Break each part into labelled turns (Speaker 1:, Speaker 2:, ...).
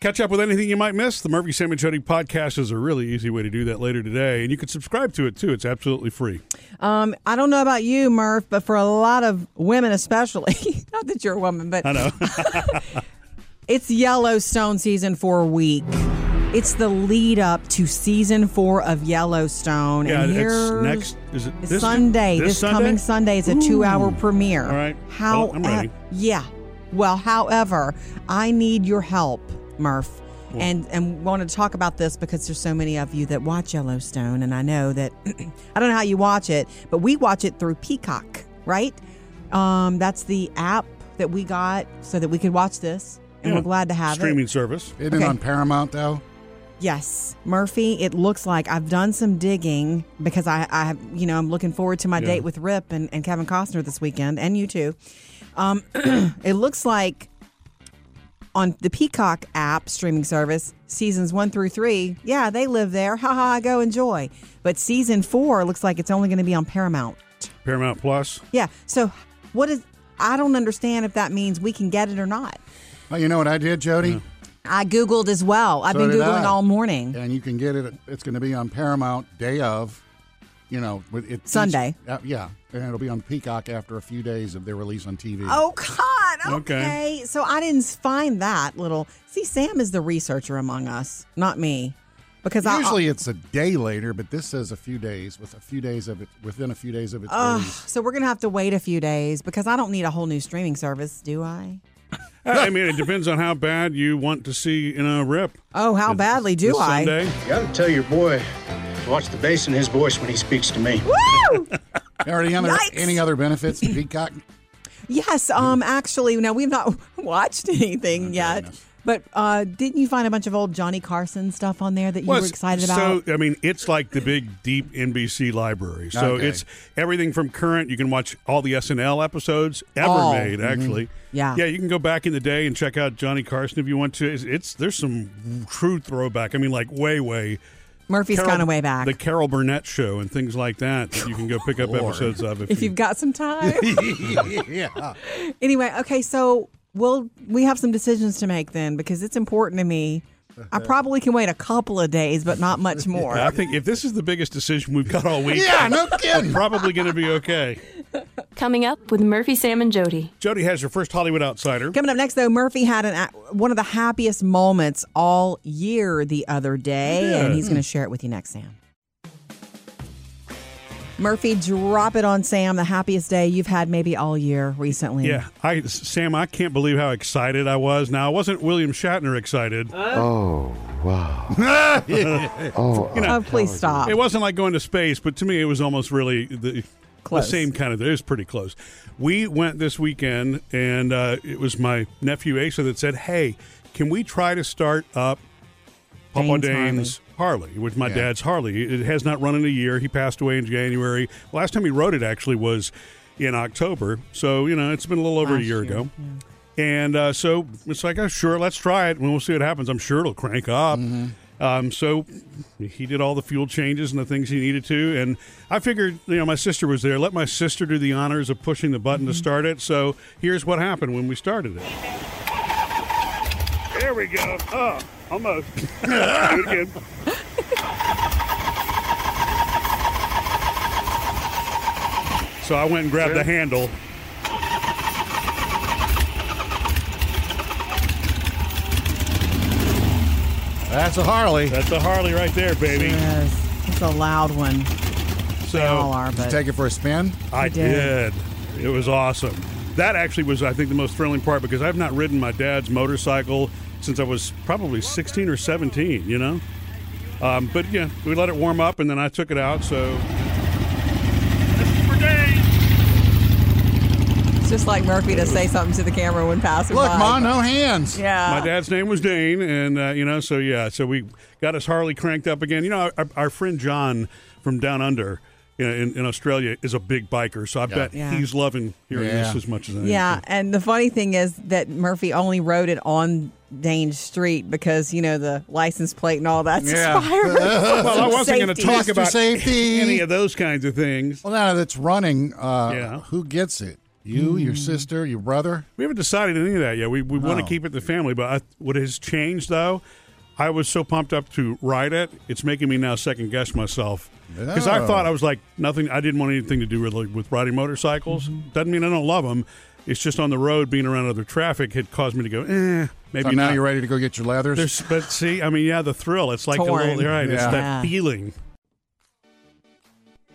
Speaker 1: Catch up with anything you might miss. The Murphy, Sam, and Jody podcast is a really easy way to do that later today. And you can subscribe to it, too. It's absolutely free.
Speaker 2: Um, I don't know about you, Murph, but for a lot of women, especially, not that you're a woman, but
Speaker 1: I know.
Speaker 2: it's Yellowstone season four week. It's the lead up to season four of Yellowstone.
Speaker 1: Yeah,
Speaker 2: and
Speaker 1: it's
Speaker 2: here's
Speaker 1: next. Is it this
Speaker 2: Sunday,
Speaker 1: This,
Speaker 2: this, coming Sunday, is a two hour premiere.
Speaker 1: All right.
Speaker 2: How?
Speaker 1: Well, I'm ready.
Speaker 2: yeah. Well, however, I need your help, Murph. And and want to talk about this because there's so many of you that watch Yellowstone, and I know that I don't know how you watch it, but we watch it through Peacock, right? Um, that's the app that we got so that we could watch this, and
Speaker 1: Yeah.
Speaker 2: we're glad to have it.
Speaker 1: streaming service.
Speaker 3: Isn't
Speaker 2: Okay.
Speaker 3: it on Paramount though?
Speaker 2: Yes, Murphy. It looks like I've done some digging because I, I have, you know, I'm looking forward to my date with Rip and, and Kevin Costner this weekend, and you too. Um, it looks like on the Peacock app streaming service, seasons one through three, yeah, they live there. Ha ha, go enjoy. But season four looks like it's only going to be on Paramount.
Speaker 1: Paramount Plus.
Speaker 2: Yeah. So what is? I don't understand if that means we can get it or not.
Speaker 3: Oh, you know what I did, Jody?
Speaker 2: I googled as well. I've
Speaker 3: So
Speaker 2: been
Speaker 3: did
Speaker 2: googling
Speaker 3: I.
Speaker 2: all morning.
Speaker 3: And you can get it. It's going to be on Paramount day of. You know, with it
Speaker 2: Sunday.
Speaker 3: each- uh, yeah, and it'll be on Peacock after a few days of their release on TV.
Speaker 2: Oh God!
Speaker 1: Okay.
Speaker 2: Okay. So I didn't find that little. See, Sam is the researcher among us, not me, because I
Speaker 3: Usually it's a day later, but this says a few days with a few days of it within a few days of its
Speaker 2: Ugh,
Speaker 3: release.
Speaker 2: uh, so we're gonna have to wait a few days because I don't need a whole new streaming service, do I?
Speaker 1: I I mean, it depends on how bad you want to see in a rip.
Speaker 2: Oh, how badly do
Speaker 1: this
Speaker 2: I?
Speaker 1: Sunday.
Speaker 4: Gotta tell your boy, to watch the bass in his voice when he speaks to me.
Speaker 2: Woo!
Speaker 3: Are any other
Speaker 2: Yikes.
Speaker 3: any other benefits to Peacock?
Speaker 2: yes. Um. Actually, now we've not watched
Speaker 1: Oh,
Speaker 2: anything yet. But uh, didn't you find a bunch of old Johnny Carson stuff on there that you
Speaker 1: Well,
Speaker 2: were
Speaker 1: it's-
Speaker 2: excited about?
Speaker 1: So, I mean, it's like the big, deep NBC library. So
Speaker 3: Okay.
Speaker 1: it's everything from current. You can watch all the SNL episodes ever
Speaker 2: All. Mm-hmm.
Speaker 1: made, actually.
Speaker 2: Yeah.
Speaker 1: Yeah, you can go back in the day and check out Johnny Carson if you want to. It's, it's There's some true throwback. I mean, like way, way.
Speaker 2: Murphy's
Speaker 1: Carol-
Speaker 2: kind of way back.
Speaker 1: The Carol Burnett Show and things like that that you can go pick up
Speaker 3: Lord.
Speaker 1: episodes of if,
Speaker 2: if you've got some time.
Speaker 3: yeah.
Speaker 2: Anyway, okay, so we'll we have some decisions to make then because it's important to me.
Speaker 3: Uh-huh.
Speaker 2: I probably can wait a couple of days, but not much more.
Speaker 1: I think if this is the biggest decision we've got all week,
Speaker 3: Yeah, no kidding.
Speaker 1: probably going to be okay.
Speaker 5: Coming up with Murphy, Sam, and Jody.
Speaker 1: Jody has her first Hollywood outsider.
Speaker 2: Coming up next, though, Murphy had an, one of the happiest moments all year the other day, and he's going to share it with you next, Sam. Murphy, drop it on Sam, the happiest day you've had maybe all year recently.
Speaker 1: Yeah, I Sam, I can't believe how excited I was. Now I wasn't William Shatner excited.
Speaker 2: Oh, please stop.
Speaker 1: it wasn't like going to space, but to me, it was almost really the, the
Speaker 2: Close.
Speaker 1: same kind of. It was pretty close. We went this weekend, and uh, it was my nephew Asa that said, "Hey, can we try to start up Papa
Speaker 2: Dane's
Speaker 1: Dane's Harley, which my dad's Harley. It has not run in a year. He passed away in January. Last time he rode it actually was in October. So, you know, it's been a little over a
Speaker 2: Last
Speaker 1: year,
Speaker 2: year,
Speaker 1: ago. And uh, so it's like, oh, sure, let's try it and we'll see what happens. I'm sure it'll crank up.
Speaker 2: Mm-hmm.
Speaker 1: Um, so he did all the fuel changes and the things he needed to. And I figured, you know, my sister was there. Let my sister do the honors of pushing the button to
Speaker 2: Mm-hmm.
Speaker 1: start it. So here's what happened when we started it. There we go. Oh, almost. Do it again. So I went and grabbed the handle.
Speaker 3: That's a Harley.
Speaker 1: That's a Harley right there, baby.
Speaker 2: Yes, it's a loud one.
Speaker 1: So
Speaker 2: They all are,
Speaker 3: Did you
Speaker 2: but
Speaker 3: take it for a spin?
Speaker 1: I
Speaker 2: You did.
Speaker 1: did. It was awesome. That actually was, I think, the most thrilling part because I've not ridden my dad's motorcycle since I was probably 16 or 17, you know? Um, but yeah, we let it warm up and then I took it out. So
Speaker 2: it's just like Murphy to say something to the camera when passing
Speaker 3: Look,
Speaker 2: by.
Speaker 3: Ma, no hands.
Speaker 2: Yeah.
Speaker 1: my dad's name was Dane, and uh, you know, so yeah, so we got his Harley cranked up again. You know, our, our friend John from down under you know, in, in Australia is a big biker, so I bet
Speaker 2: Yeah.
Speaker 1: he's loving hearing
Speaker 3: Yeah.
Speaker 1: this as much as anything.
Speaker 2: Yeah, and the funny thing is that Murphy only wrote it on Dane Street because you know the license plate and all that's
Speaker 3: Yeah.
Speaker 2: expired.
Speaker 1: Well, I wasn't going to
Speaker 2: Safety.
Speaker 1: talk
Speaker 3: Mr.
Speaker 1: about
Speaker 3: Safety.
Speaker 1: any of those kinds of things.
Speaker 3: Well, now that's running, uh,
Speaker 1: Yeah.
Speaker 3: who gets it? You, your
Speaker 2: Hmm.
Speaker 3: sister, your brother.
Speaker 1: We haven't decided any of that yet. We, we want to
Speaker 3: No.
Speaker 1: keep it the family, but I, what has changed though, I was so pumped up to write it. It's making me now second guess myself because I
Speaker 3: Oh.
Speaker 1: thought I was like nothing. I didn't want anything to do with like, with riding motorcycles.
Speaker 3: Mm-hmm.
Speaker 1: Doesn't mean I don't love them. It's just on the road, being around other traffic had caused me to go, eh, maybe
Speaker 3: So Uh, now
Speaker 1: not.
Speaker 3: you're ready to go get your leathers.
Speaker 1: There's, but see, I mean, yeah, the thrill. It's like a
Speaker 2: Torn.
Speaker 1: little, you're right? It's
Speaker 3: Yeah.
Speaker 1: that
Speaker 2: Yeah.
Speaker 1: feeling.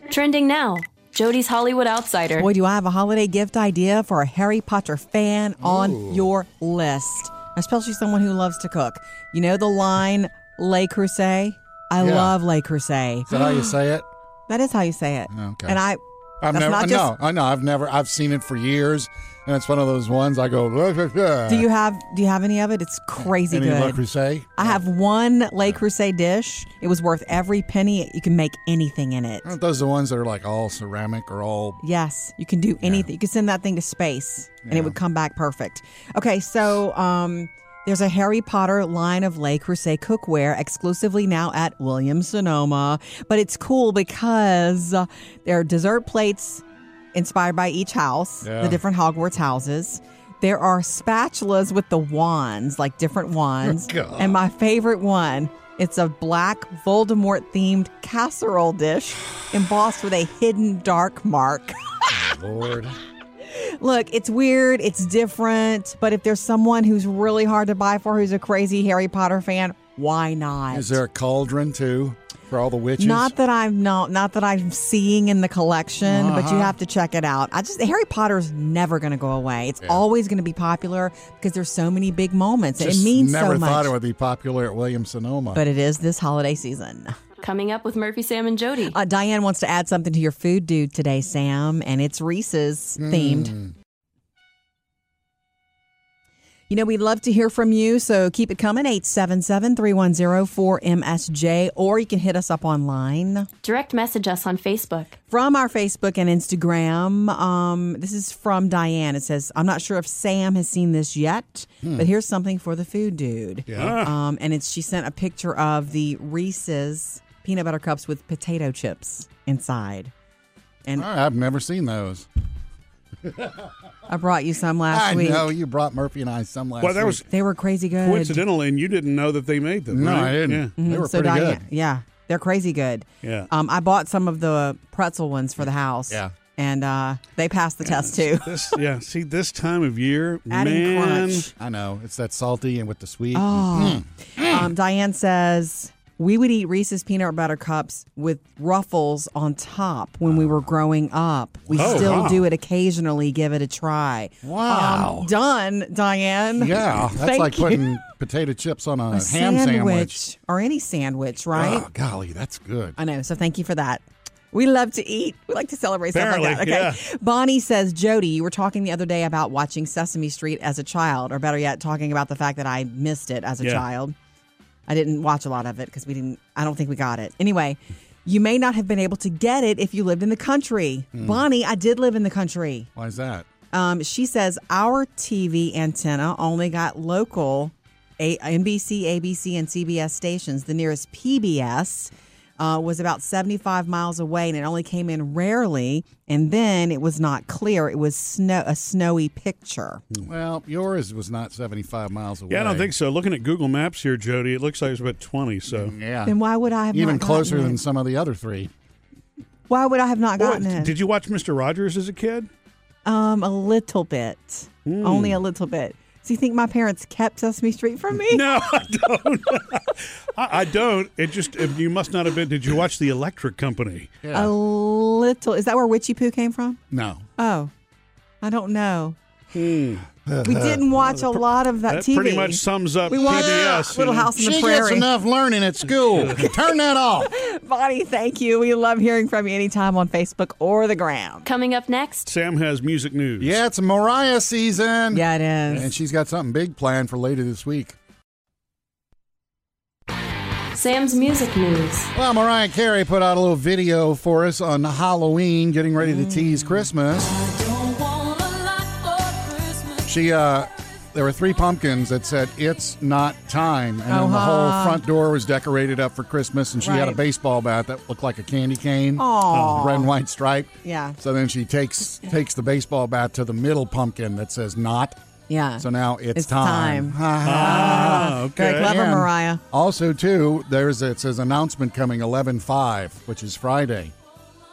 Speaker 5: Trending now, Jody's Hollywood Outsider.
Speaker 2: Boy, do I have a holiday gift idea for a Harry Potter fan on your list, especially someone who loves to cook. You know the line "Le Creuset." I
Speaker 3: Yeah.
Speaker 2: love Le Creuset.
Speaker 3: Is that how you say it?
Speaker 2: That is how you say it.
Speaker 3: Okay.
Speaker 2: And I,
Speaker 3: I've
Speaker 2: that's
Speaker 3: never.
Speaker 2: not
Speaker 3: I
Speaker 2: just.
Speaker 3: know. I know. I've never. I've seen it for years, and it's one of those ones I go. Look, look, look.
Speaker 2: Do you have Do you have any of it? It's crazy
Speaker 3: Any
Speaker 2: good.
Speaker 3: Le Creuset?
Speaker 2: I have one Le Creuset dish. It was worth every penny. You can make anything in it.
Speaker 3: Aren't those the ones that are like all ceramic or all?
Speaker 2: Yes, you can do anything. You can send that thing to space and it would come back perfect. Okay, so um, there's a Harry Potter line of Le Creuset cookware exclusively now at Williams Sonoma, but it's cool because uh, there are dessert plates inspired by each house,
Speaker 3: Yeah.
Speaker 2: the different Hogwarts houses. There are spatulas with the wands, like different wands.
Speaker 3: Oh, God.
Speaker 2: and my favorite one, it's a black Voldemort themed casserole dish embossed with a hidden dark mark.
Speaker 3: Lord,
Speaker 2: Look, it's weird, it's different, but if there's someone who's really hard to buy for who's a crazy Harry Potter fan, why not?
Speaker 3: is there a cauldron too for all the witches?
Speaker 2: not that I'm not not that I'm seeing in the collection, but
Speaker 3: Uh-huh.
Speaker 2: you have to check it out. I just Harry Potter's never going to go away. It's always going to be popular because there's so many big moments. and
Speaker 3: Just
Speaker 2: it means
Speaker 3: never
Speaker 2: so much.
Speaker 3: thought it would be popular at Williams Sonoma.
Speaker 2: but it is this holiday season.
Speaker 5: Coming up with Murphy, Sam, and Jody.
Speaker 2: Uh, Diane wants to add something to your food dude today, Sam, and it's Reese's themed.
Speaker 3: Hmm.
Speaker 2: You know, we'd love to hear from you, so keep it coming 877 310 4MSJ, or you can hit us up online
Speaker 5: Direct message us on Facebook.
Speaker 2: from our Facebook and Instagram. Um, this is from Diane. It says, I'm not sure if Sam has seen this yet,
Speaker 3: Hmm.
Speaker 2: but here's something for the food dude.
Speaker 1: Yeah.
Speaker 3: Ah.
Speaker 2: Um, and it's she sent a picture of the Reese's peanut butter cups with potato chips inside.
Speaker 3: All right, I've never seen those.
Speaker 2: I brought you some last
Speaker 3: I
Speaker 2: week.
Speaker 3: know you brought Murphy and I some last.
Speaker 1: Well, that
Speaker 3: week.
Speaker 1: was
Speaker 2: They were crazy good.
Speaker 1: coincidental, and you didn't know that they made them.
Speaker 3: no,
Speaker 1: right?
Speaker 3: I didn't.
Speaker 1: Yeah.
Speaker 3: They
Speaker 2: Mm-hmm.
Speaker 3: were
Speaker 2: so
Speaker 3: pretty
Speaker 2: Diane,
Speaker 3: good.
Speaker 2: yeah, they're crazy good.
Speaker 1: Yeah.
Speaker 2: Um, I bought some of the pretzel ones for the house.
Speaker 3: Yeah.
Speaker 2: And uh, they passed the test too.
Speaker 1: This, yeah, see, this time of year,
Speaker 2: Adding
Speaker 1: man,
Speaker 2: crunch.
Speaker 3: I know it's that salty and with the sweet.
Speaker 2: Oh. um, Diane says we would eat Reese's peanut butter cups with ruffles on top when we were growing up. We
Speaker 1: Oh,
Speaker 2: still
Speaker 1: wow.
Speaker 2: do it occasionally. Give it a try.
Speaker 3: Wow.
Speaker 2: Um, done, Diane.
Speaker 3: Mm, Yeah, that's
Speaker 2: Thank
Speaker 3: like
Speaker 2: you.
Speaker 3: putting potato chips on a, ham sandwich.
Speaker 2: or any sandwich, right?
Speaker 3: Oh, golly, that's good.
Speaker 2: I know. So thank you for that. We love to eat. We like to celebrate stuff like
Speaker 1: Apparently,
Speaker 2: that. Okay. Bonnie says, Jody, you were talking the other day about watching Sesame Street as a child, or better yet, talking about the fact that I missed it as a
Speaker 1: Yeah.
Speaker 2: child. I didn't watch a lot of it because we didn't, I don't think we got it. Anyway, you may not have been able to get it if you lived in the country.
Speaker 1: Hmm.
Speaker 2: Bonnie, I did live in the country.
Speaker 3: Why is that?
Speaker 2: Um, she says our TV antenna only got local a- NBC, ABC, and CBS stations. The nearest PBS uh, was about 75 miles away, and it only came in rarely. And then it was not clear; it was snow a snowy picture.
Speaker 3: Well, yours was not 75 miles away.
Speaker 1: Yeah, I don't think so. Looking at Google Maps here, Jody, it looks like it's about twenty. So,
Speaker 3: Yeah.
Speaker 2: Then why would I have
Speaker 3: Even
Speaker 2: not
Speaker 3: closer
Speaker 2: gotten
Speaker 3: than
Speaker 2: it?
Speaker 3: some of the other three.
Speaker 2: Why would I have not
Speaker 1: Boy,
Speaker 2: gotten it?
Speaker 1: did you watch Mister Rogers as a kid?
Speaker 2: um, a little bit,
Speaker 3: Hmm.
Speaker 2: only a little bit. So you think my parents kept Sesame Street from me?
Speaker 1: No, I don't. I, I don't. It just it- you must not have been. Did you watch The Electric Company?
Speaker 2: A little. Is that where Witchy Poo came from?
Speaker 3: No.
Speaker 2: Oh, I don't know.
Speaker 3: Hmm.
Speaker 2: We didn't watch a lot of that,
Speaker 1: That
Speaker 2: TV.
Speaker 1: pretty much sums up
Speaker 2: we watched
Speaker 1: PBS.
Speaker 2: Little
Speaker 1: you know.
Speaker 2: House on
Speaker 3: she
Speaker 2: the
Speaker 3: gets
Speaker 2: Prairie.
Speaker 3: enough learning at school. Turn that off.
Speaker 2: Bonnie, thank you. We love hearing from you anytime on Facebook or the Gram.
Speaker 5: Coming up next,
Speaker 1: Sam has music news.
Speaker 3: Yeah, it's Mariah season.
Speaker 2: Yeah, it
Speaker 3: And
Speaker 2: is.
Speaker 3: she's got something big planned for later this week.
Speaker 5: Sam's music news.
Speaker 3: Well, Mariah Carey put out a little video for us on Halloween, getting
Speaker 2: Mm.
Speaker 3: ready to tease Christmas. She uh, there were three pumpkins that said "It's not time," and then the whole
Speaker 2: Uh-huh.
Speaker 3: front door was decorated up for Christmas, and she had a
Speaker 2: Right.
Speaker 3: baseball bat that looked like a candy cane, Uh,
Speaker 2: Aw.
Speaker 3: red and white stripe.
Speaker 2: Yeah.
Speaker 3: So then she takes takes the baseball bat to the middle pumpkin that says "Not."
Speaker 2: Yeah.
Speaker 3: So now it's,
Speaker 2: It's time.
Speaker 3: Ha, ha.
Speaker 1: Ah,
Speaker 2: Oh, Very
Speaker 1: okay.
Speaker 2: clever,
Speaker 3: And
Speaker 2: Mariah.
Speaker 3: Also, too, there's it says announcement coming 11-5, which is Friday.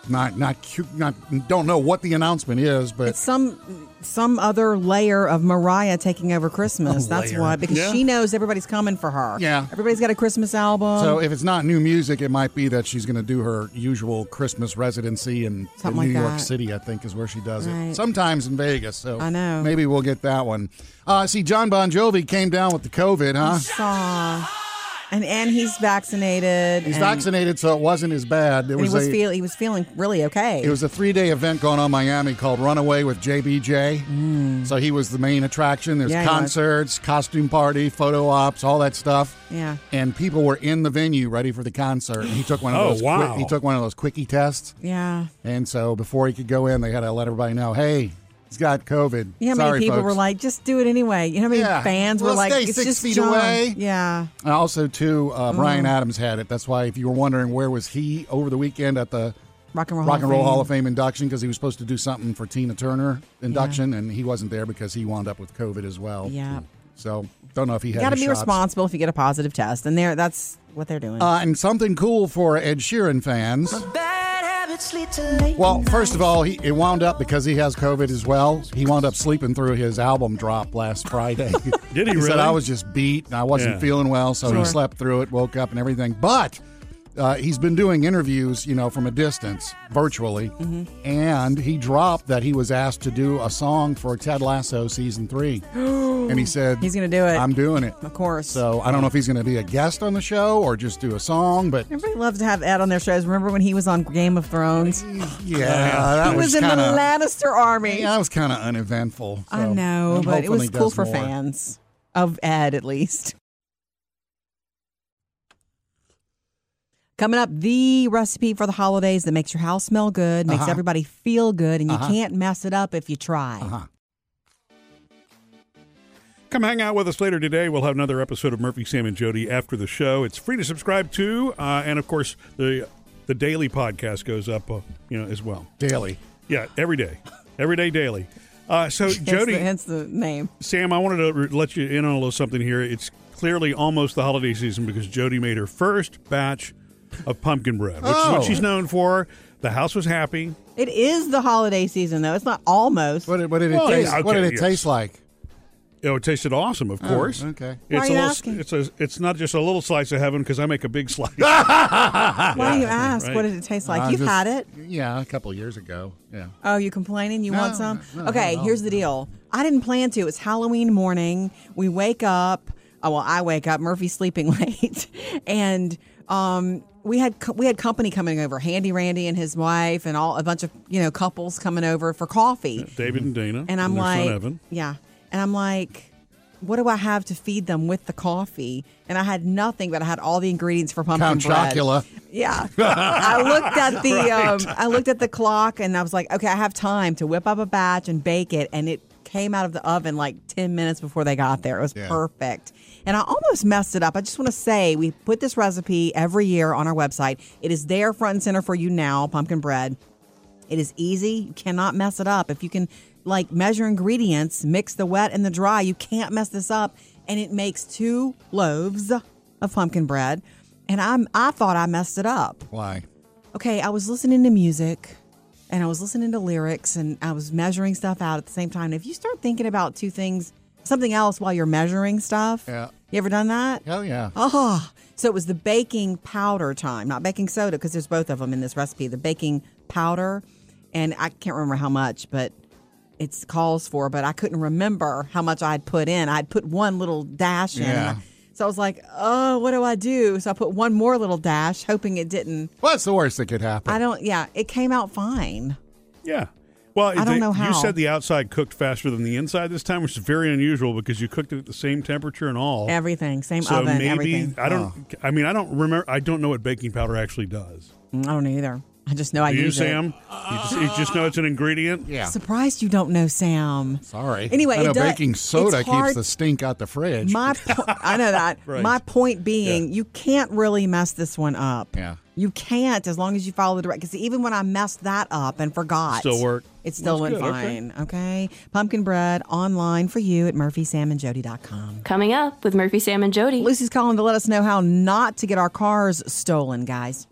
Speaker 3: Not not cu- not don't know what the announcement is, but
Speaker 2: It's some some other layer of Mariah taking over Christmas. That's
Speaker 3: layer.
Speaker 2: why, because
Speaker 1: Yeah.
Speaker 2: she knows everybody's coming for her.
Speaker 3: Yeah.
Speaker 2: everybody's got a Christmas album.
Speaker 3: so if it's not new music, it might be that she's going to do her usual Christmas residency in, in
Speaker 2: Something like
Speaker 3: New York
Speaker 2: that.
Speaker 3: City. I think is where she does it.
Speaker 2: Right.
Speaker 3: Sometimes in Vegas. So
Speaker 2: I know.
Speaker 3: Maybe we'll get that one. Uh, see, John Bon Jovi came down with the COVID, huh?
Speaker 2: Saw. and and he's vaccinated.
Speaker 3: He's
Speaker 2: and,
Speaker 3: vaccinated, so it wasn't as bad. It
Speaker 2: and he was
Speaker 3: a,
Speaker 2: feel he was feeling really okay.
Speaker 3: It was a three day event going on in Miami called Runaway with JBJ. Mm. So he was the main attraction. There's
Speaker 2: Yeah, he was.
Speaker 3: concerts, costume party, photo ops, all that stuff.
Speaker 2: Yeah.
Speaker 3: And people were in the venue ready for the concert. And he took one of
Speaker 1: Oh,
Speaker 3: those.
Speaker 1: wow.
Speaker 3: Quick, he took one of those quickie tests.
Speaker 2: yeah.
Speaker 3: And so before he could go in, they had to let everybody know, hey, he's got COVID.
Speaker 2: You know how
Speaker 3: Sorry,
Speaker 2: many people
Speaker 3: folks.
Speaker 2: were like, just do it anyway? You know how many
Speaker 3: Yeah.
Speaker 2: fans were
Speaker 3: We'll
Speaker 2: like,
Speaker 3: stay
Speaker 2: it's
Speaker 3: six
Speaker 2: just
Speaker 3: feet
Speaker 2: John.
Speaker 3: away.
Speaker 2: Yeah.
Speaker 3: And also, too, uh, Brian
Speaker 2: Mm.
Speaker 3: Adams had it. That's why if you were wondering where was he over the weekend at the
Speaker 2: Rock and roll,
Speaker 3: Rock and Roll
Speaker 2: Fame.
Speaker 3: Hall of Fame induction because he was supposed to do something for Tina Turner induction, and he wasn't there because he wound up with COVID as well.
Speaker 2: Yeah.
Speaker 3: So don't know if he had.
Speaker 2: You got to
Speaker 3: his
Speaker 2: be
Speaker 3: shots.
Speaker 2: responsible if you get a positive test, and there that's what they're doing.
Speaker 3: Uh, and something cool for Ed Sheeran fans.
Speaker 6: Bad habits lead to late
Speaker 3: Well, first of all, he it wound up because he has COVID as well. He wound up sleeping through his album drop last Friday.
Speaker 1: Did he
Speaker 3: said
Speaker 1: really?
Speaker 3: I was just beat and I wasn't
Speaker 1: Yeah.
Speaker 3: feeling well, so he
Speaker 2: Sure.
Speaker 3: slept through it, woke up and everything. But uh, he's been doing interviews, you know, from a distance, virtually,
Speaker 2: Mm-hmm.
Speaker 3: and he dropped that he was asked to do a song for Ted Lasso season three, and he said
Speaker 2: He's gonna do it.
Speaker 3: I'm doing it.
Speaker 2: of course.
Speaker 3: So I don't know if he's going to be a guest on the show or just do a song, but
Speaker 2: Everybody loves to have Ed on their shows. Remember when he was on Game of Thrones? He
Speaker 3: yeah,
Speaker 1: Uh,
Speaker 3: that
Speaker 2: was, in
Speaker 3: kinda,
Speaker 2: the Lannister army.
Speaker 3: Yeah, that was kind of uneventful. so
Speaker 2: I know,
Speaker 3: I'm
Speaker 2: but it
Speaker 3: hoping
Speaker 2: was
Speaker 3: he
Speaker 2: cool
Speaker 3: does
Speaker 2: for
Speaker 3: more.
Speaker 2: fans of Ed, at least. Coming up, the recipe for the holidays that makes your house smell good, makes
Speaker 3: Uh-huh.
Speaker 2: everybody feel good, and you
Speaker 3: Uh-huh.
Speaker 2: can't mess it up if you try.
Speaker 3: Uh-huh.
Speaker 1: Come hang out with us later today. We'll have another episode of Murphy, Sam, and Jody after the show. It's free to subscribe to, uh, and of course the the daily podcast goes up, uh, you know, as well.
Speaker 3: Daily.
Speaker 1: Yeah, every day, every day, daily. Uh, so
Speaker 2: Hence the-
Speaker 1: Jody,
Speaker 2: hence the name.
Speaker 1: Sam, I wanted to re- let you in on a little something here. It's clearly almost the holiday season because Jody made her first batch of pumpkin bread, which is
Speaker 3: Oh.
Speaker 1: what she's known for. The house was happy.
Speaker 2: It is the holiday season, though. It's not almost.
Speaker 3: What did, what did it
Speaker 1: Well,
Speaker 3: taste?
Speaker 1: yeah,
Speaker 3: what did
Speaker 1: okay,
Speaker 3: it
Speaker 1: yes.
Speaker 3: taste like?
Speaker 1: Oh, it tasted awesome, of course.
Speaker 3: okay.
Speaker 1: It's
Speaker 2: Why are
Speaker 1: a
Speaker 2: you
Speaker 1: little,
Speaker 2: asking?
Speaker 1: It's a, it's not just a little slice of heaven because I make a big slice.
Speaker 2: Why do you ask?
Speaker 1: right.
Speaker 2: What did it taste like?
Speaker 3: I'm
Speaker 2: You've
Speaker 3: Uh, just-
Speaker 2: had it.
Speaker 3: Yeah, a couple years ago. Yeah.
Speaker 2: Oh, you complaining? You
Speaker 3: No,
Speaker 2: want some?
Speaker 3: no, no,
Speaker 2: okay,
Speaker 3: no,
Speaker 2: here's the
Speaker 3: no.
Speaker 2: deal. I didn't plan to. It's Halloween morning. We wake up. Oh, well, I wake up. Murphy's sleeping late, and um, we had co- we had company coming over. Handy Randy and his wife, and all a bunch of you know couples coming over for coffee.
Speaker 1: David and Dana.
Speaker 2: And I'm
Speaker 1: their son
Speaker 2: like,
Speaker 1: Evan.
Speaker 2: yeah. And I'm like, what do I have to feed them with the coffee? And I had nothing, but I had all the ingredients for pumpkin
Speaker 3: Count
Speaker 2: bread.
Speaker 3: Chocula.
Speaker 2: Yeah, I looked at the um, I looked at the clock and I was like, okay, I have time to whip up a batch and bake it, and it came out of the oven like ten minutes before they got there. It was
Speaker 3: Yeah.
Speaker 2: perfect, and I almost messed it up. I just want to say we put this recipe every year on our website. It is there, front and center for you now. Pumpkin bread. It is easy. You cannot mess it up. If you can like measure ingredients, mix the wet and the dry, you can't mess this up. And it makes two loaves of pumpkin bread. And I'm I thought I messed it up.
Speaker 3: Why?
Speaker 2: Okay, I was listening to music and I was listening to lyrics and I was measuring stuff out at the same time. And if you start thinking about two things, something else while you're measuring stuff.
Speaker 3: Yeah.
Speaker 2: You ever done that?
Speaker 3: Hell yeah.
Speaker 2: Oh, so it was the baking powder time, not baking soda, because there's both of them in this recipe. The baking powder, and I can't remember how much, but it's calls for. But I couldn't remember how much I had put in. I had put one little dash in. and I-
Speaker 3: Yeah.
Speaker 2: so I was like, oh, what do I do? So I put one more little dash, hoping it didn't.
Speaker 3: What's the worst that could happen?
Speaker 2: I don't. Yeah, it came out fine.
Speaker 1: Yeah. Well,
Speaker 2: don't
Speaker 1: they-
Speaker 2: know
Speaker 1: You
Speaker 2: how.
Speaker 1: said the outside cooked faster than the inside this time, which is very unusual because you cooked it at the same temperature and all.
Speaker 2: Everything, same
Speaker 1: so
Speaker 2: oven,
Speaker 1: maybe
Speaker 2: everything.
Speaker 1: I don't. I mean, I don't remember. I don't know what baking powder actually does.
Speaker 2: Mm, I don't know either. I just know I
Speaker 1: Do you,
Speaker 2: use
Speaker 1: Sam?
Speaker 2: it.
Speaker 1: You just, you just know it's an ingredient.
Speaker 3: Yeah.
Speaker 2: Surprised you don't know Sam.
Speaker 3: Sorry.
Speaker 2: Anyway,
Speaker 3: I know
Speaker 2: it does-
Speaker 3: baking soda
Speaker 2: it's hard
Speaker 3: keeps the stink out the fridge.
Speaker 2: My po- I know that.
Speaker 1: Right.
Speaker 2: My point being, you can't really mess this one up.
Speaker 3: Yeah.
Speaker 2: You can't as long as you follow the directions. Even when I messed that up and forgot,
Speaker 1: Still worked.
Speaker 2: It still
Speaker 1: That's
Speaker 2: went
Speaker 1: good, okay.
Speaker 2: fine. Okay. Pumpkin bread online for you at murphysamandjody.com.
Speaker 5: Coming up with Murphy, Sam, and Jody.
Speaker 2: Lucy's calling to let us know how not to get our cars stolen, guys.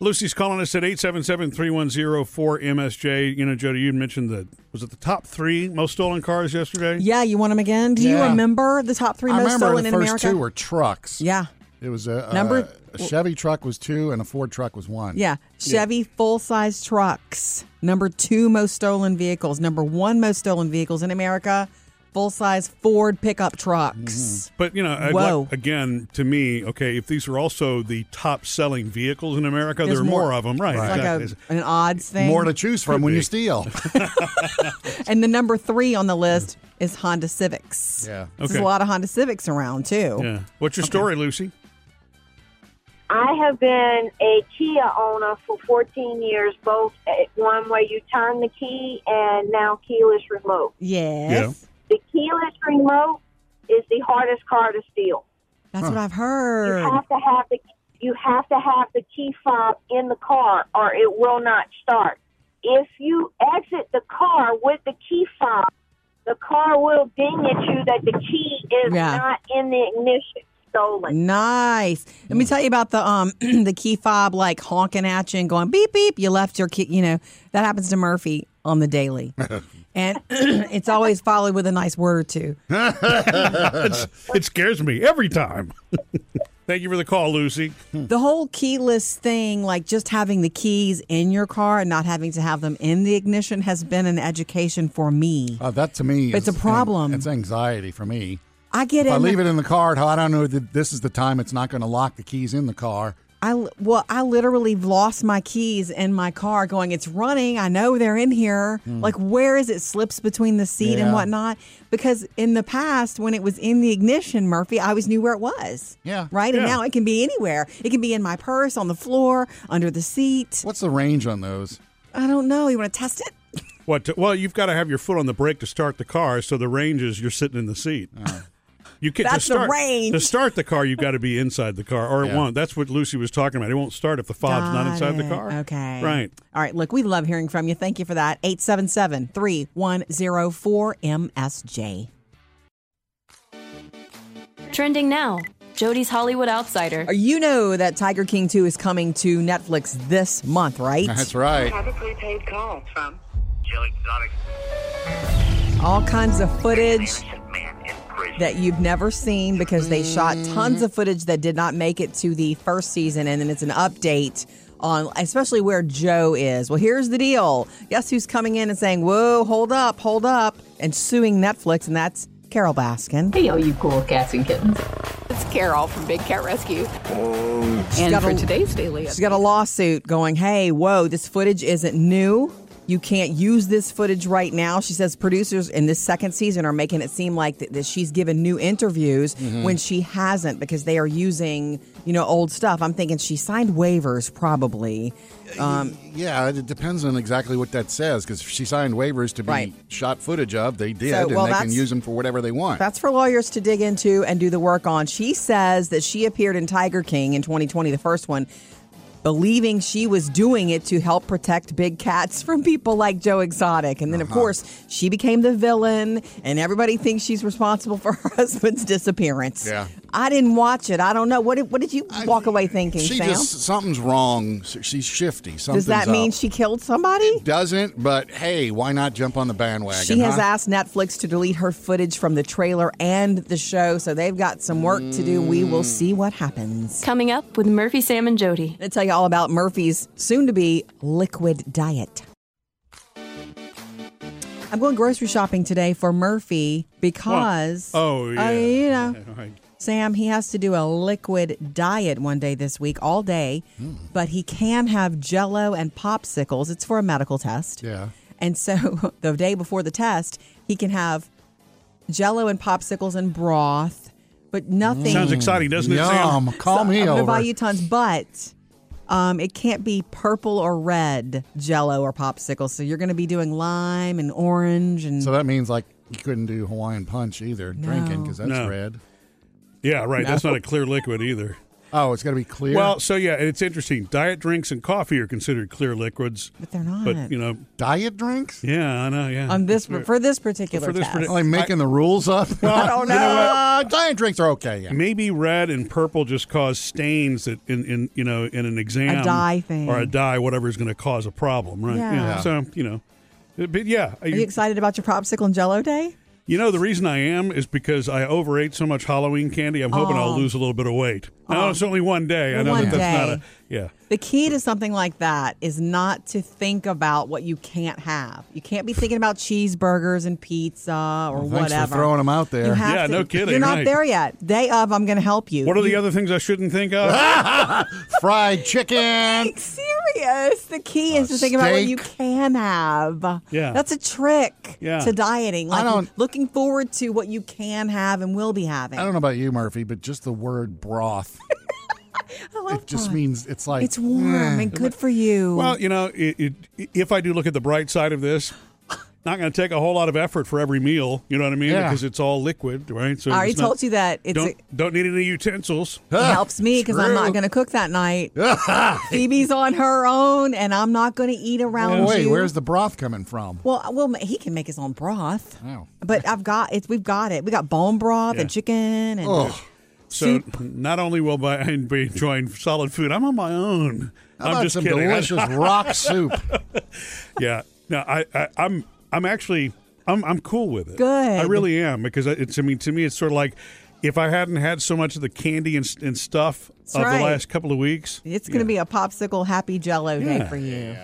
Speaker 1: Lucy's calling us at 877-310-4MSJ. You know, Jody, you mentioned the was it the top three most stolen cars yesterday?
Speaker 2: Yeah, you want them again? Do you
Speaker 3: Yeah.
Speaker 2: remember the top three
Speaker 3: I
Speaker 2: most
Speaker 3: remember
Speaker 2: stolen
Speaker 3: the
Speaker 2: in
Speaker 3: first
Speaker 2: America?
Speaker 3: two were trucks.
Speaker 2: yeah.
Speaker 3: It was a, a-
Speaker 2: Number-
Speaker 3: a Chevy truck was two and a Ford truck was one.
Speaker 2: Yeah. Chevy full size trucks. Number two most stolen vehicles. Number one most stolen vehicles in America. Full size Ford pickup trucks.
Speaker 1: But you know, I'd
Speaker 2: Whoa.
Speaker 1: like- again, to me, okay, if these are also the top selling vehicles in America,
Speaker 2: There's
Speaker 1: there are more,
Speaker 2: more.
Speaker 1: of them, right?
Speaker 2: It's
Speaker 1: exactly.
Speaker 2: like a, an odds thing.
Speaker 3: More to choose from when you steal.
Speaker 2: and the number three on the list is Honda Civics.
Speaker 3: yeah.
Speaker 2: There's
Speaker 1: Okay.
Speaker 2: a lot of Honda Civics around too.
Speaker 1: yeah. What's your story, Lucy?
Speaker 7: I have been a Kia owner for 14 years, both at one where you turn the key and now keyless remote.
Speaker 2: Yes.
Speaker 7: The keyless remote is the hardest car to steal.
Speaker 2: That's what I've
Speaker 7: You
Speaker 2: heard.
Speaker 7: have to have the you have to have the key fob in the car or it will not start. If you exit the car with the key fob, the car will ding at you that the key is
Speaker 2: Yeah.
Speaker 7: not in the ignition. Stolen.
Speaker 2: Nice. Let
Speaker 3: Mm.
Speaker 2: me tell you about the um the key fob like honking at you and going beep beep. You left your key. You know that happens to Murphy on the daily, and it's always followed with a nice word or two.
Speaker 1: It scares me every time. Thank you for the call, Lucy.
Speaker 3: Hmm.
Speaker 2: The whole keyless thing, like just having the keys in your car and not having to have them in the ignition, has been an education for me.
Speaker 3: Uh, that to me
Speaker 2: It's
Speaker 3: is
Speaker 2: a problem.
Speaker 3: an- it's anxiety for me.
Speaker 2: I get
Speaker 3: If I
Speaker 2: in.
Speaker 3: leave it in the car, how I don't know that this is the time it's not going to lock the keys in the car.
Speaker 2: I well, I literally lost my keys in my car. Going, it's running. I know they're in here.
Speaker 1: Hmm.
Speaker 2: Like, where is it? Slips between the seat and
Speaker 3: Yeah.
Speaker 2: whatnot. Because in the past, when it was in the ignition, Murphy, I always knew where it was.
Speaker 3: Yeah.
Speaker 2: Right. And
Speaker 1: Yeah.
Speaker 2: now it can be anywhere. It can be in my purse, on the floor, under the seat.
Speaker 3: What's the range on those?
Speaker 2: I don't know. You want to test it?
Speaker 1: What? To, well, you've got to have your foot on the brake to start the car, so the range is you're sitting in the seat.
Speaker 3: Oh.
Speaker 1: You can to
Speaker 2: That's the
Speaker 1: start
Speaker 2: range.
Speaker 1: to start the car. You've got to be inside the car, or it
Speaker 3: Yeah.
Speaker 1: won't. That's what Lucy was talking about. It won't start if the fob's not
Speaker 2: Got
Speaker 1: inside the
Speaker 2: it.
Speaker 1: car.
Speaker 2: Okay.
Speaker 1: Right.
Speaker 2: All right. Look, we love hearing from you. Thank you for that. 877 3104 MSJ.
Speaker 5: Trending now. Jody's Hollywood Outsider.
Speaker 2: You know that Tiger King 2 is coming to Netflix this month, right?
Speaker 3: That's right.
Speaker 8: Have a prepaid call from Jill Exotic.
Speaker 2: All kinds of footage
Speaker 8: Innocent man in prison.
Speaker 2: that you've never seen because they shot tons of footage that did not make it to the first season. And then it's an update on especially where Joe is. Well, here's the deal. Guess who's coming in and saying, whoa, hold up, hold up, and suing Netflix? And that's Carol Baskin.
Speaker 9: Hey, all you cool cats and kittens. It's Carol from Big Cat Rescue. and
Speaker 2: got
Speaker 9: for
Speaker 2: a-
Speaker 9: today's daily
Speaker 2: She's got a lawsuit going, hey, whoa, this footage isn't new. You can't use this footage right now. She says producers in this second season are making it seem like that, that she's given new interviews when she hasn't because they are using, you know, old stuff. I'm thinking she signed waivers probably.
Speaker 3: Yeah, it depends on exactly what that says because if she signed waivers to be
Speaker 2: Right.
Speaker 3: shot footage of, they did,
Speaker 2: So, well,
Speaker 3: and they can
Speaker 2: that's-
Speaker 3: use them for whatever they want.
Speaker 2: That's for lawyers to dig into and do the work on. She says that she appeared in Tiger King in 2020, the first one, believing she was doing it to help protect big cats from people like Joe Exotic. And then,
Speaker 3: Uh-huh.
Speaker 2: of course, she became the villain, and everybody thinks she's responsible for her husband's disappearance.
Speaker 3: Yeah.
Speaker 2: I didn't watch it. I don't know. What did, what did you walk away thinking,
Speaker 3: she
Speaker 2: Sam?
Speaker 3: just something's wrong. S- She's shifty.
Speaker 2: Does
Speaker 3: Something's
Speaker 2: that mean
Speaker 3: up.
Speaker 2: she killed somebody?
Speaker 3: doesn't? But hey, why not jump on the bandwagon?
Speaker 2: She has
Speaker 3: huh?
Speaker 2: asked Netflix to delete her footage from the trailer and the show, so they've got some work to do. We will see what happens.
Speaker 5: Coming up with Murphy, Sam, and Jody.
Speaker 2: going to tell you all about Murphy's soon to be liquid diet. I'm going grocery shopping today for Murphy because,
Speaker 1: Oh yeah.
Speaker 2: uh, you know,
Speaker 1: All right.
Speaker 2: Sam, he has to do a liquid diet one day this week, all day,
Speaker 3: Hmm.
Speaker 2: but he can have jello and popsicles. It's for a medical test.
Speaker 3: Yeah.
Speaker 2: And so the day before the test, he can have jello and popsicles and broth. but
Speaker 3: Hmm.
Speaker 2: nothing.
Speaker 1: Sounds exciting, doesn't it, Sam?
Speaker 3: Yum. Call
Speaker 2: So,
Speaker 3: me
Speaker 2: I'm gonna
Speaker 3: over.
Speaker 2: buy you tons, but um, it can't be purple or red Jello or popsicle. So you're going to be doing lime and orange and
Speaker 3: so that means like you couldn't do Hawaiian punch either, drinking because that's
Speaker 1: No.
Speaker 3: red.
Speaker 1: Yeah, right. That's not a clear liquid either.
Speaker 3: Oh, it's got to be clear.
Speaker 1: Well, so yeah, it's interesting. Diet drinks and coffee are considered clear liquids,
Speaker 2: but they're not
Speaker 1: but you know,
Speaker 3: diet drinks?
Speaker 1: yeah, I know, yeah.
Speaker 2: on this
Speaker 1: That's weird.
Speaker 2: for this particular
Speaker 1: For this
Speaker 2: test.
Speaker 1: partic-
Speaker 3: Like making the rules up? I
Speaker 1: don't
Speaker 3: know. diet drinks are okay. Yeah.
Speaker 1: maybe red and purple just cause stains that in, in you know in an exam
Speaker 2: dye thing.
Speaker 1: or a dye whatever is going to cause a problem, right?
Speaker 2: Yeah.
Speaker 3: Yeah.
Speaker 1: So you know, but yeah,
Speaker 2: Are you excited about your popsicle and Jello day?
Speaker 1: You know, the reason I am is because I overate so much Halloween candy. I'm hoping I'll lose a little bit of weight. No, it's only one day. I know
Speaker 2: Oh. One
Speaker 1: that that's not a
Speaker 2: day.
Speaker 1: yeah.
Speaker 2: The key to something like that is not to think about what you can't have. You can't be thinking about cheeseburgers and pizza or
Speaker 3: Well,
Speaker 2: whatever.
Speaker 3: thanks for throwing 'em out there.
Speaker 2: You have
Speaker 1: Yeah,
Speaker 2: to-
Speaker 1: no kidding,
Speaker 2: You're not
Speaker 1: right.
Speaker 2: there yet. Day of, I'm going to help you.
Speaker 1: What are
Speaker 2: You-
Speaker 1: the other things I shouldn't think of?
Speaker 3: Fried chicken.
Speaker 2: Like, serious. The key is to think about what you
Speaker 3: steak.
Speaker 2: can have.
Speaker 1: Yeah.
Speaker 2: That's a trick
Speaker 1: Yeah.
Speaker 2: to dieting.
Speaker 3: I
Speaker 2: Like
Speaker 3: don't-
Speaker 2: looking forward to what you can have and will be having.
Speaker 3: I don't know about you, Murphy, but just the word broth. it just means it's like
Speaker 2: It's warm
Speaker 3: eh.
Speaker 2: and good for you.
Speaker 1: Well, you know, it, it, if I do look at the bright side of this, not going to take a whole lot of effort for every meal. You know what I mean?
Speaker 3: Yeah.
Speaker 1: Because it's all liquid, right? So
Speaker 2: I already
Speaker 1: it's not-
Speaker 2: told you that. It's
Speaker 1: Don't don't need any utensils.
Speaker 2: it helps me because I'm not
Speaker 3: true.
Speaker 2: going to cook that night. Phoebe's on her own, and I'm not going to eat around
Speaker 3: Oh, Wait,
Speaker 2: you.
Speaker 3: where's the broth coming from?
Speaker 2: well, well, ma- he can make his own broth.
Speaker 3: Wow.
Speaker 2: But I've got it. We've got it. We got bone broth
Speaker 1: Yeah.
Speaker 2: and chicken and
Speaker 3: Ugh.
Speaker 1: So
Speaker 2: soup.
Speaker 1: not only will I be enjoying solid food, I'm on my own.
Speaker 3: How
Speaker 1: I'm
Speaker 3: about
Speaker 1: just
Speaker 3: some
Speaker 1: kidding. I-
Speaker 3: delicious rock soup?
Speaker 1: yeah. No, I, I I'm I'm actually I'm I'm cool with it.
Speaker 2: Good.
Speaker 1: I really am because it's I mean to me it's sort of like if I hadn't had so much of the candy and, and stuff of
Speaker 2: right.
Speaker 1: the last couple of weeks.
Speaker 2: It's going to be a popsicle happy jello day
Speaker 1: Yeah.
Speaker 2: for you.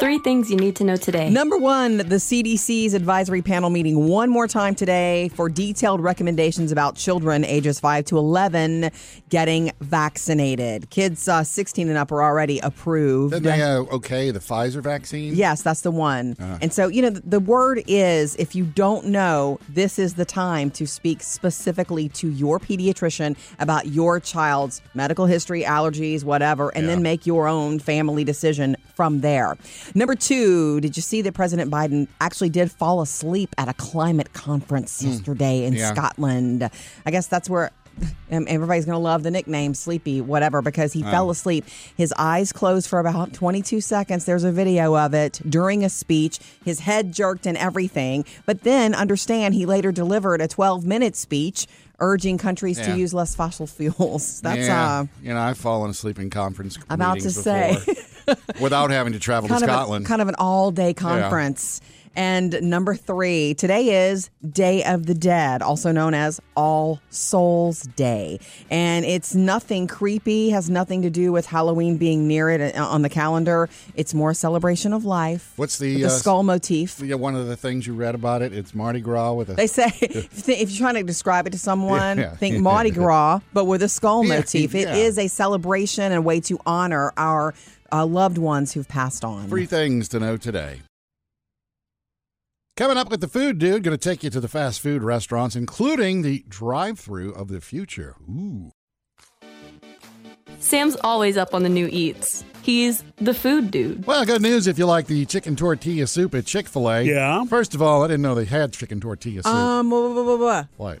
Speaker 5: Three things you need to know today.
Speaker 2: Number one, the CDC's advisory panel meeting one more time today for detailed recommendations about children ages 5 to 11 getting vaccinated. Kids uh, 16 and up are already approved.
Speaker 3: Didn't they uh, okay the Pfizer vaccine?
Speaker 2: Yes, that's the one. And so, you know, th- the word is if you don't know, this is the time to speak specifically to your pediatrician about your child's medical history, allergies, whatever, and then make your own family decision from there. Number two, did you see that President Biden actually did fall asleep at a climate conference yesterday in
Speaker 3: Yeah.
Speaker 2: Scotland? I guess that's where. um, Everybody's going to love the nickname Sleepy, whatever, because he fell asleep. His eyes closed for about 22 seconds. There's a video of it during a speech. His head jerked and everything. But then understand he later delivered a 12 minute speech urging countries
Speaker 3: Yeah.
Speaker 2: to use less fossil fuels. That's
Speaker 3: yeah.
Speaker 2: uh,
Speaker 3: you know, I've fallen asleep in conference
Speaker 2: About to
Speaker 3: meetings
Speaker 2: say.
Speaker 3: before without having to travel to
Speaker 2: kind, of a,
Speaker 3: Scotland.
Speaker 2: kind of an all day conference. And number three, today is Day of the Dead, also known as All Souls Day. And it's nothing creepy, has nothing to do with Halloween being near it uh, on the calendar. It's more a celebration of life.
Speaker 3: What's the,
Speaker 2: with
Speaker 3: uh,
Speaker 2: the skull motif?
Speaker 3: yeah, one of the things you read about it, it's Mardi Gras with a
Speaker 2: They say if if you're trying to describe it to someone,
Speaker 3: Yeah.
Speaker 2: think Mardi Gras, but with a skull
Speaker 3: Yeah,
Speaker 2: motif. It is
Speaker 3: yeah.
Speaker 2: a celebration and a way to honor our uh, loved ones who've passed on.
Speaker 3: Three things to know today. Coming up with the food, dude, going to take you to the fast food restaurants, including the drive through of the future. Ooh.
Speaker 5: Sam's always up on the new eats. He's the food dude.
Speaker 3: Well, good news if you like the chicken tortilla soup at Chick fil A.
Speaker 1: Yeah.
Speaker 3: First of all, I didn't know they had chicken tortilla soup.
Speaker 2: Um, wha- wha- wha- wha-
Speaker 3: what?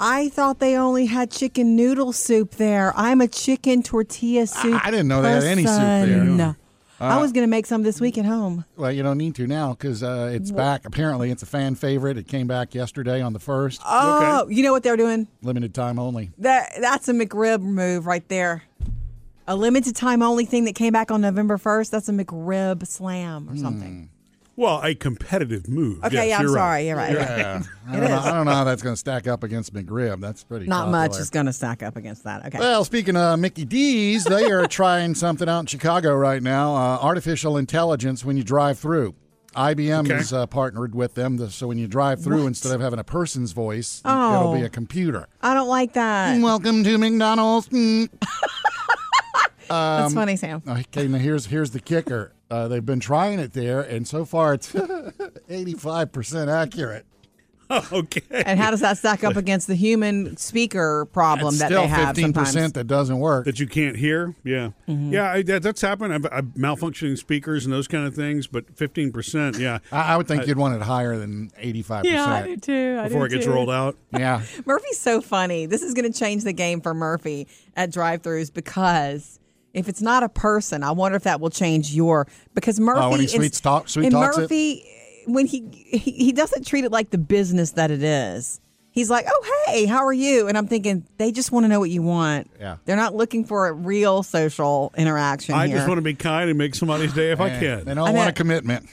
Speaker 2: I thought they only had chicken noodle soup there. I'm a chicken tortilla soup.
Speaker 3: I didn't know they had any soup there. Uh,
Speaker 2: person. I was going to make some this week at home.
Speaker 3: Well, you don't need to now because uh, it's back. Apparently, it's a fan favorite. It came back yesterday on the first,
Speaker 2: Oh, you know what they're doing?
Speaker 3: limited time only.
Speaker 2: That that's a McRib move right there. A limited time only thing that came back on November 1st. That's a McRib slam or
Speaker 3: Hmm.
Speaker 2: something.
Speaker 1: Well, a competitive move.
Speaker 2: Okay,
Speaker 1: Yes,
Speaker 2: yeah, I'm
Speaker 1: you're
Speaker 2: sorry.
Speaker 1: right.
Speaker 2: You're right. right.
Speaker 3: Yeah. I, don't know, I don't know how that's going to stack up against McRib. That's pretty
Speaker 2: Not much
Speaker 3: popular.
Speaker 2: is going to stack up against that. Okay.
Speaker 3: Well, speaking of Mickey D's, they are trying something out in Chicago right now uh, artificial intelligence when you drive through. IBM
Speaker 1: Okay.
Speaker 3: is uh, partnered with them, to, so when you drive through, instead of having a person's voice, it'll
Speaker 2: Oh.
Speaker 3: be a computer.
Speaker 2: I don't like that.
Speaker 3: Welcome to McDonald's. Mm. um,
Speaker 2: that's funny, Sam.
Speaker 3: Okay, now here's here's the kicker. Uh, they've been trying it there, and so far it's 85% accurate.
Speaker 1: okay.
Speaker 2: And how does that stack up against the human speaker problem
Speaker 3: It's
Speaker 2: that
Speaker 3: still
Speaker 2: they have
Speaker 3: 15%
Speaker 2: sometimes?
Speaker 3: that doesn't work.
Speaker 1: that you can't hear. Yeah,
Speaker 2: Mm-hmm.
Speaker 1: yeah, I, that, that's happened. I've, I've malfunctioning speakers and those kind of things, but fifteen percent. Yeah,
Speaker 3: I, I would think you'd want it higher than 85%.
Speaker 2: too.
Speaker 1: before it gets rolled out.
Speaker 3: Yeah.
Speaker 2: Murphy's so funny. This is going to change the game for Murphy at drive-throughs because if it's not a person, I wonder if that will change your because Murphy
Speaker 3: Oh, when he
Speaker 2: is-
Speaker 3: sweet talk- sweet
Speaker 2: and
Speaker 3: talks it?
Speaker 2: Murphy when he, he he doesn't treat it like the business that it is. He's like, "Oh hey, how are you?" And I'm thinking they just want to know what you want.
Speaker 3: Yeah.
Speaker 2: they're not looking for a real social interaction.
Speaker 1: I
Speaker 2: here.
Speaker 1: just want to be kind and make somebody's day if I
Speaker 3: They
Speaker 1: can.
Speaker 3: don't
Speaker 2: I
Speaker 3: want a
Speaker 2: meant-
Speaker 3: commitment.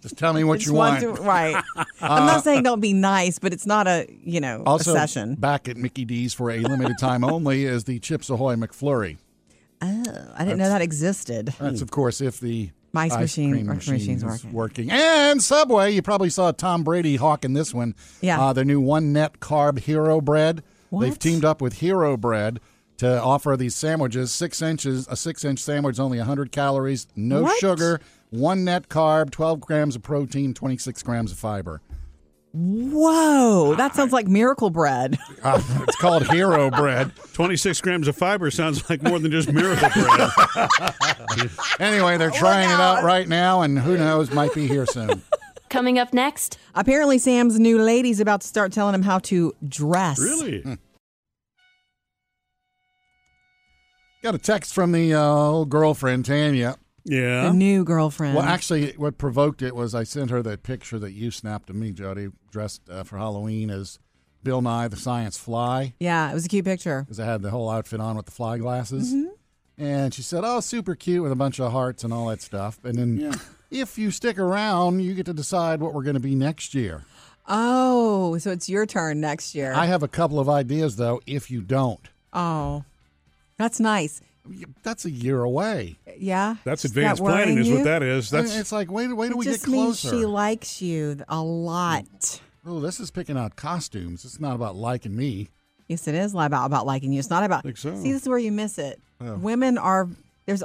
Speaker 3: Just tell me what
Speaker 2: Just
Speaker 3: you want. Uh,
Speaker 2: to- right. I'm not saying don't be nice, but it's not a you know
Speaker 3: also,
Speaker 2: a session.
Speaker 3: back at Mickey D's for a limited time only is the Chips Ahoy McFlurry.
Speaker 2: Oh, I didn't know that existed.
Speaker 3: That's of course if the
Speaker 2: My
Speaker 3: ice
Speaker 2: machine-
Speaker 3: cream
Speaker 2: our
Speaker 3: machine
Speaker 2: machine's
Speaker 3: is
Speaker 2: working.
Speaker 3: And Subway, you probably saw Tom Brady hawking this one.
Speaker 2: Yeah.
Speaker 3: uh, their new one net carb hero bread. They've
Speaker 2: What?
Speaker 3: teamed up with Hero Bread to offer these sandwiches. Six inches, a six inch sandwich, is only 100 calories, no
Speaker 2: What?
Speaker 3: sugar, one net carb, 12 grams of protein, 26 grams of fiber.
Speaker 2: Whoa, that sounds like miracle bread.
Speaker 3: Uh, it's called Hero Bread.
Speaker 1: Twenty six grams of fiber sounds like more than just miracle bread.
Speaker 3: Anyway, they're trying it out right now, and who knows, might be here soon.
Speaker 5: Coming up next,
Speaker 2: Apparently, Sam's new lady's about to start telling him how to dress.
Speaker 1: really?
Speaker 3: Got a text from the uh, old girlfriend, Tanya.
Speaker 2: The
Speaker 1: Yeah.
Speaker 2: new girlfriend.
Speaker 3: Well, actually, what provoked it was I sent her that picture that you snapped of me, Jody, dressed uh, for Halloween as Bill Nye the Science Fly,
Speaker 2: yeah, it was a cute picture.
Speaker 3: because I had the whole outfit on with the fly glasses. And she said, "Oh, super cute with a bunch of hearts and all that stuff." And then, if you stick around, you get to decide what we're going to be next year.
Speaker 2: Oh, so it's your turn next year.
Speaker 3: I have a couple of ideas though. If you don't,
Speaker 2: oh, that's nice.
Speaker 3: that's a year away.
Speaker 2: Yeah,
Speaker 1: That's
Speaker 2: Is that
Speaker 1: advanced planning,
Speaker 2: worrying
Speaker 1: is
Speaker 2: you?
Speaker 1: what that is.
Speaker 3: That's,
Speaker 1: That's
Speaker 3: it's like, wait, wait, do
Speaker 2: It
Speaker 3: we get
Speaker 2: just means
Speaker 3: closer?
Speaker 2: she likes you a lot.
Speaker 3: oh, this is picking out costumes. It's not about liking me.
Speaker 2: Yes, it is li- about about liking you. It's not about.
Speaker 1: Think so.
Speaker 2: See, this is where you miss it. Women are there's.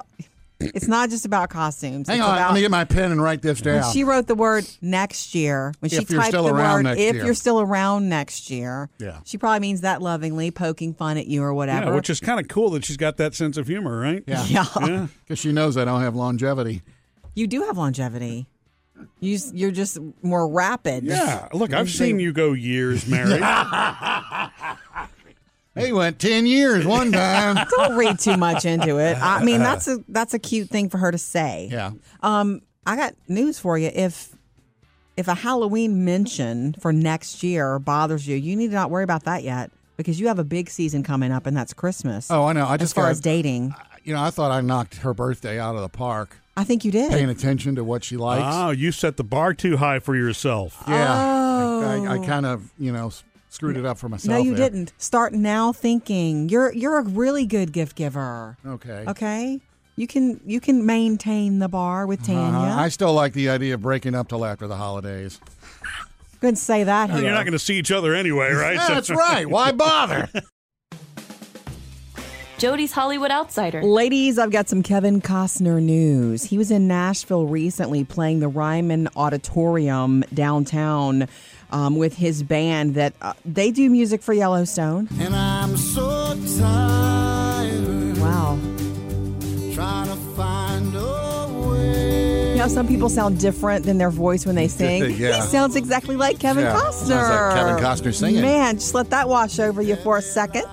Speaker 2: It's not just about costumes.
Speaker 3: Hang
Speaker 2: it's
Speaker 3: on,
Speaker 2: about-
Speaker 3: let me get my pen and write this
Speaker 2: When
Speaker 3: down.
Speaker 2: she wrote the word next year, when she
Speaker 3: Um, If you're
Speaker 2: typed
Speaker 3: still
Speaker 2: the
Speaker 3: around
Speaker 2: word
Speaker 3: next
Speaker 2: if
Speaker 3: year."
Speaker 2: you're still around next year,
Speaker 3: Yeah.
Speaker 2: she probably means that lovingly, poking fun at you or whatever.
Speaker 1: yeah, which is kind of cool that she's got that sense of humor, right?
Speaker 3: Yeah.
Speaker 2: Yeah.
Speaker 3: Because she knows I don't have longevity.
Speaker 2: You do have longevity. You s- you're just more rapid.
Speaker 1: Yeah. Look, I've seen you go years married.
Speaker 3: He went 10 years one time.
Speaker 2: Don't read too much into it. I mean, that's a that's a cute thing for her to say.
Speaker 3: yeah.
Speaker 2: Um, I got news for you. If if a Halloween mention for next year bothers you, you need to not worry about that yet because you have a big season coming up, and that's Christmas.
Speaker 3: Oh, I know. I
Speaker 2: as
Speaker 3: just
Speaker 2: far
Speaker 3: got-
Speaker 2: as dating,
Speaker 3: You know, I thought I knocked her birthday out of the park,
Speaker 2: I think you did.
Speaker 3: paying attention to what she likes.
Speaker 2: Ah.
Speaker 1: Oh, you set the bar too high for yourself.
Speaker 3: yeah. I, I, I kind of, you know, s- screwed it up for myself.
Speaker 2: Oh. No, you
Speaker 3: there.
Speaker 2: didn't. Start now thinking. You're you're a really good gift giver.
Speaker 3: Okay. Uh-huh.
Speaker 2: Okay? You can you can maintain the bar with Tanya.
Speaker 3: Uh, I still like the idea of breaking up till after the holidays.
Speaker 2: Couldn't say that here.
Speaker 1: You're not going to see each other anyway, right?
Speaker 3: Yeah,
Speaker 1: So-
Speaker 3: that's right. Why bother?
Speaker 5: Jody's Hollywood Outsider.
Speaker 2: Ladies, I've got some Kevin Costner news. He was in Nashville recently playing the Ryman Auditorium downtown um, with his band that uh, they do music for Yellowstone.
Speaker 3: and I'm so tired
Speaker 2: Wow.
Speaker 3: trying to find a way.
Speaker 2: You know, some people sound different than their voice when they sing.
Speaker 3: Yeah.
Speaker 2: He sounds exactly like Kevin
Speaker 3: Yeah,
Speaker 2: Costner.
Speaker 3: sounds like Kevin Costner singing.
Speaker 2: Man, just let that wash over you for a second.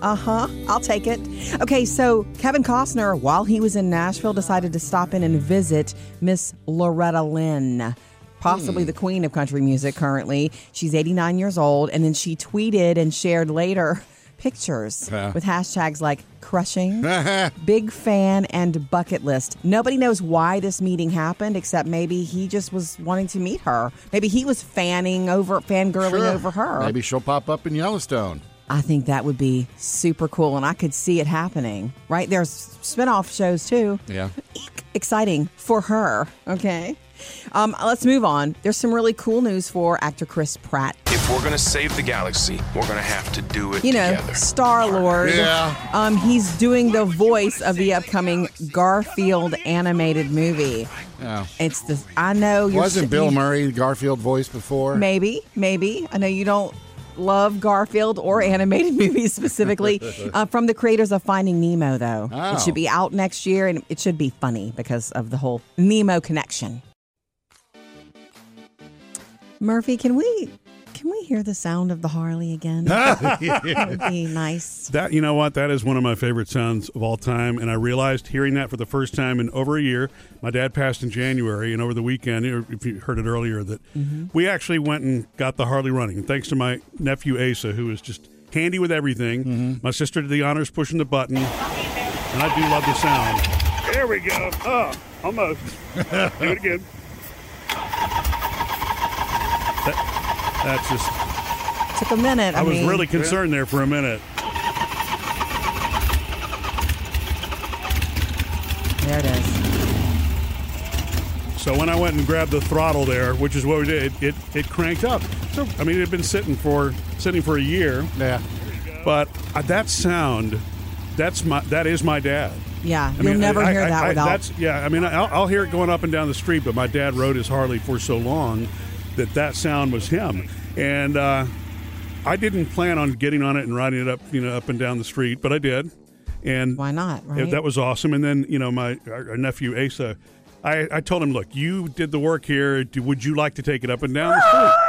Speaker 2: Uh huh. I'll take it. Okay, so Kevin Costner, while he was in Nashville, decided to stop in and visit Miss Loretta Lynn, possibly
Speaker 3: Hmm.
Speaker 2: the queen of country music currently. She's 89 years old, and then she tweeted and shared later pictures
Speaker 3: Yeah.
Speaker 2: with hashtags like crushing, Big fan and bucket list. Nobody knows why this meeting happened, except maybe he just was wanting to meet her. Maybe he was fanning over, fangirling
Speaker 3: Sure.
Speaker 2: over her.
Speaker 3: Maybe she'll pop up in Yellowstone.
Speaker 2: I think that would be super cool, and I could see it happening. Right? There's spinoff shows too.
Speaker 3: Yeah.
Speaker 2: Eek. Exciting for her. Okay. Um, let's move on. There's some really cool news for actor Chris Pratt.
Speaker 10: If we're gonna save the galaxy, we're gonna have to do it
Speaker 2: You know,
Speaker 10: together.
Speaker 2: Star Lord.
Speaker 3: Yeah.
Speaker 2: Um, he's doing the voice of the upcoming Garfield animated movie.
Speaker 3: Yeah.
Speaker 2: It's the I know you're
Speaker 3: Wasn't
Speaker 2: si-
Speaker 3: Bill
Speaker 2: you-
Speaker 3: Murray the Garfield voice before?
Speaker 2: Maybe, maybe. I know you don't love Garfield or animated movies specifically. uh, from the creators of Finding Nemo, though.
Speaker 3: Oh.
Speaker 2: It should be out next year and it should be funny because of the whole Nemo connection. Murphy, can we can we hear the sound of the Harley again? that would be nice.
Speaker 1: That you know what that is one of my favorite sounds of all time, and I realized hearing that for the first time in over a year. My dad passed in January, and over the weekend, or if you heard it earlier, that
Speaker 2: Mm-hmm.
Speaker 1: we actually went and got the Harley running, thanks to my nephew Asa, who is just handy with everything.
Speaker 2: Mm-hmm.
Speaker 1: My sister did the honors pushing the button, and I do love the sound. There we go. Oh, almost. do it again. That, that's just.
Speaker 2: Took a minute. I,
Speaker 1: I was
Speaker 2: mean,
Speaker 1: really concerned there for a minute.
Speaker 2: there it is.
Speaker 1: So when I went and grabbed the throttle there, which is what we did, it, it, it cranked up. So I mean, it had been sitting for sitting for a year,
Speaker 3: Yeah.
Speaker 1: but uh, that sound, that's my that is my dad.
Speaker 2: Yeah,
Speaker 1: I
Speaker 2: you'll
Speaker 1: mean,
Speaker 2: never
Speaker 1: I-
Speaker 2: hear
Speaker 1: I-
Speaker 2: that
Speaker 1: I-
Speaker 2: without.
Speaker 1: That's, yeah, I mean, I'll, I'll hear it going up and down the street, but my dad rode his Harley for so long that that sound was him, and uh, I didn't plan on getting on it and riding it up, you know, up and down the street, but I did, and
Speaker 2: why not?
Speaker 1: yeah,
Speaker 2: Right?
Speaker 1: that was awesome. And then you know my our, our nephew Asa, I, I told him, look, you did the work here. Do, would you like to take it up and down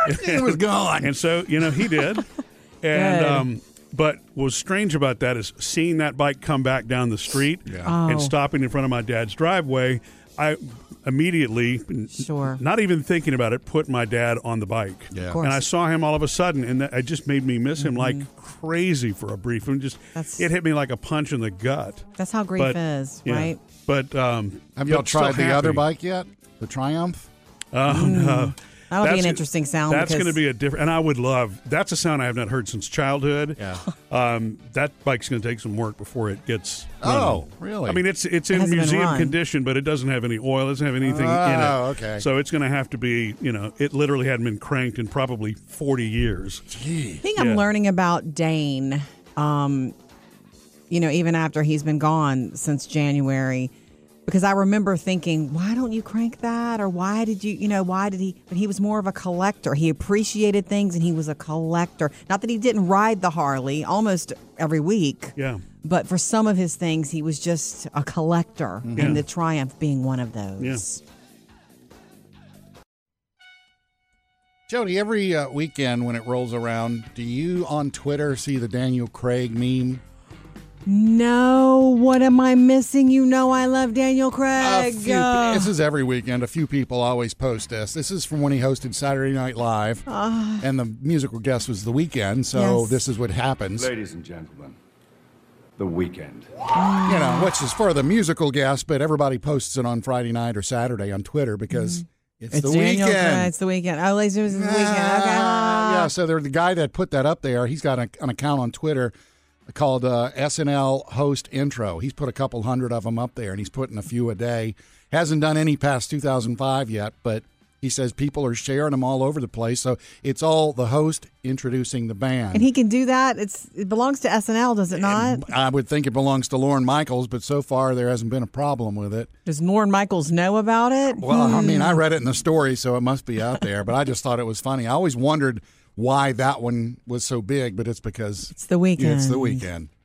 Speaker 1: the street?
Speaker 3: It was gone.
Speaker 1: and so you know he did. and
Speaker 2: Good.
Speaker 1: um, but what was strange about that is seeing that bike come back down the street
Speaker 2: Oh.
Speaker 1: and stopping in front of my dad's driveway. I immediately, n-
Speaker 2: Sure.
Speaker 1: not even thinking about it, put my dad on the bike.
Speaker 3: Yeah. Of
Speaker 2: course. Mm-hmm.
Speaker 1: And I saw him all of a sudden, and that, it just made me miss him like crazy for a brief. And just
Speaker 2: That's-
Speaker 1: it hit me like a punch in the gut.
Speaker 2: That's how grief
Speaker 1: But-
Speaker 2: is,
Speaker 1: yeah.
Speaker 2: right?
Speaker 1: But um, but
Speaker 3: Have y'all
Speaker 1: still
Speaker 3: tried the other
Speaker 1: happy.
Speaker 3: bike yet? The Triumph?
Speaker 1: Oh no,
Speaker 2: That'll be
Speaker 1: That's
Speaker 2: an
Speaker 1: go-
Speaker 2: interesting sound
Speaker 1: That's
Speaker 2: because-
Speaker 1: going to be a different, and I would love. That's a sound I have not heard since childhood.
Speaker 3: Yeah.
Speaker 1: um, that bike's going to take some work before it gets.
Speaker 3: Oh,
Speaker 1: running.
Speaker 3: really?
Speaker 1: I mean, it's it's
Speaker 2: It
Speaker 1: in
Speaker 2: hasn't been
Speaker 1: museum
Speaker 2: run.
Speaker 1: condition, but it doesn't have any oil. It doesn't have anything in it.
Speaker 3: Oh, okay.
Speaker 1: So it's going to have to be. You know, it literally hadn't been cranked in probably forty years.
Speaker 2: I think I'm
Speaker 1: Yeah.
Speaker 2: learning about Dane. Um, you know, even after he's been gone since January, because I remember thinking, why don't you crank that, or why did you, you know, why did he? But he was more of a collector. He appreciated things, and he was a collector. Not that he didn't ride the Harley almost every week,
Speaker 1: Yeah.
Speaker 2: but for some of his things, he was just a collector,
Speaker 1: Yeah.
Speaker 2: and the Triumph being one of those.
Speaker 3: Jody, every uh, weekend when it rolls around, do you on Twitter see the Daniel Craig meme?
Speaker 2: No, what am I missing? You know, I love Daniel Craig.
Speaker 3: A few-
Speaker 2: Uh,
Speaker 3: this is every weekend. A few people always post this. This is from when he hosted Saturday Night Live, and the musical guest was The Weekend. So
Speaker 2: Yes.
Speaker 3: this is what happens.
Speaker 11: Ladies and gentlemen, the weekend.
Speaker 3: you know, which is for the musical guest, but everybody posts it on Friday night or Saturday on Twitter because it's, the
Speaker 2: Daniel
Speaker 3: weekend.
Speaker 2: Craig. It's the weekend. Oh, ladies, it was the weekend. Okay. Uh,
Speaker 3: Ah, Yeah, so there, the guy that put that up there, he's got a, an account on Twitter called uh, SNL Host Intro. He's put a couple hundred of them up there, and he's putting a few a day. Hasn't done any past 2005 yet, but he says people are sharing them all over the place. So it's all the host introducing the band.
Speaker 2: And he can do that. It's it belongs to SNL, does it not?
Speaker 3: I would think it belongs to Lauren Michaels, but so far there hasn't been a problem with it.
Speaker 2: Does Lauren Michaels know about it?
Speaker 3: Well, I mean,
Speaker 2: Hmm.
Speaker 3: I read it in the story, so it must be out there, but I just thought it was funny. I always wondered why that one was so big, but it's because
Speaker 2: It's the weekend.
Speaker 3: it's the weekend.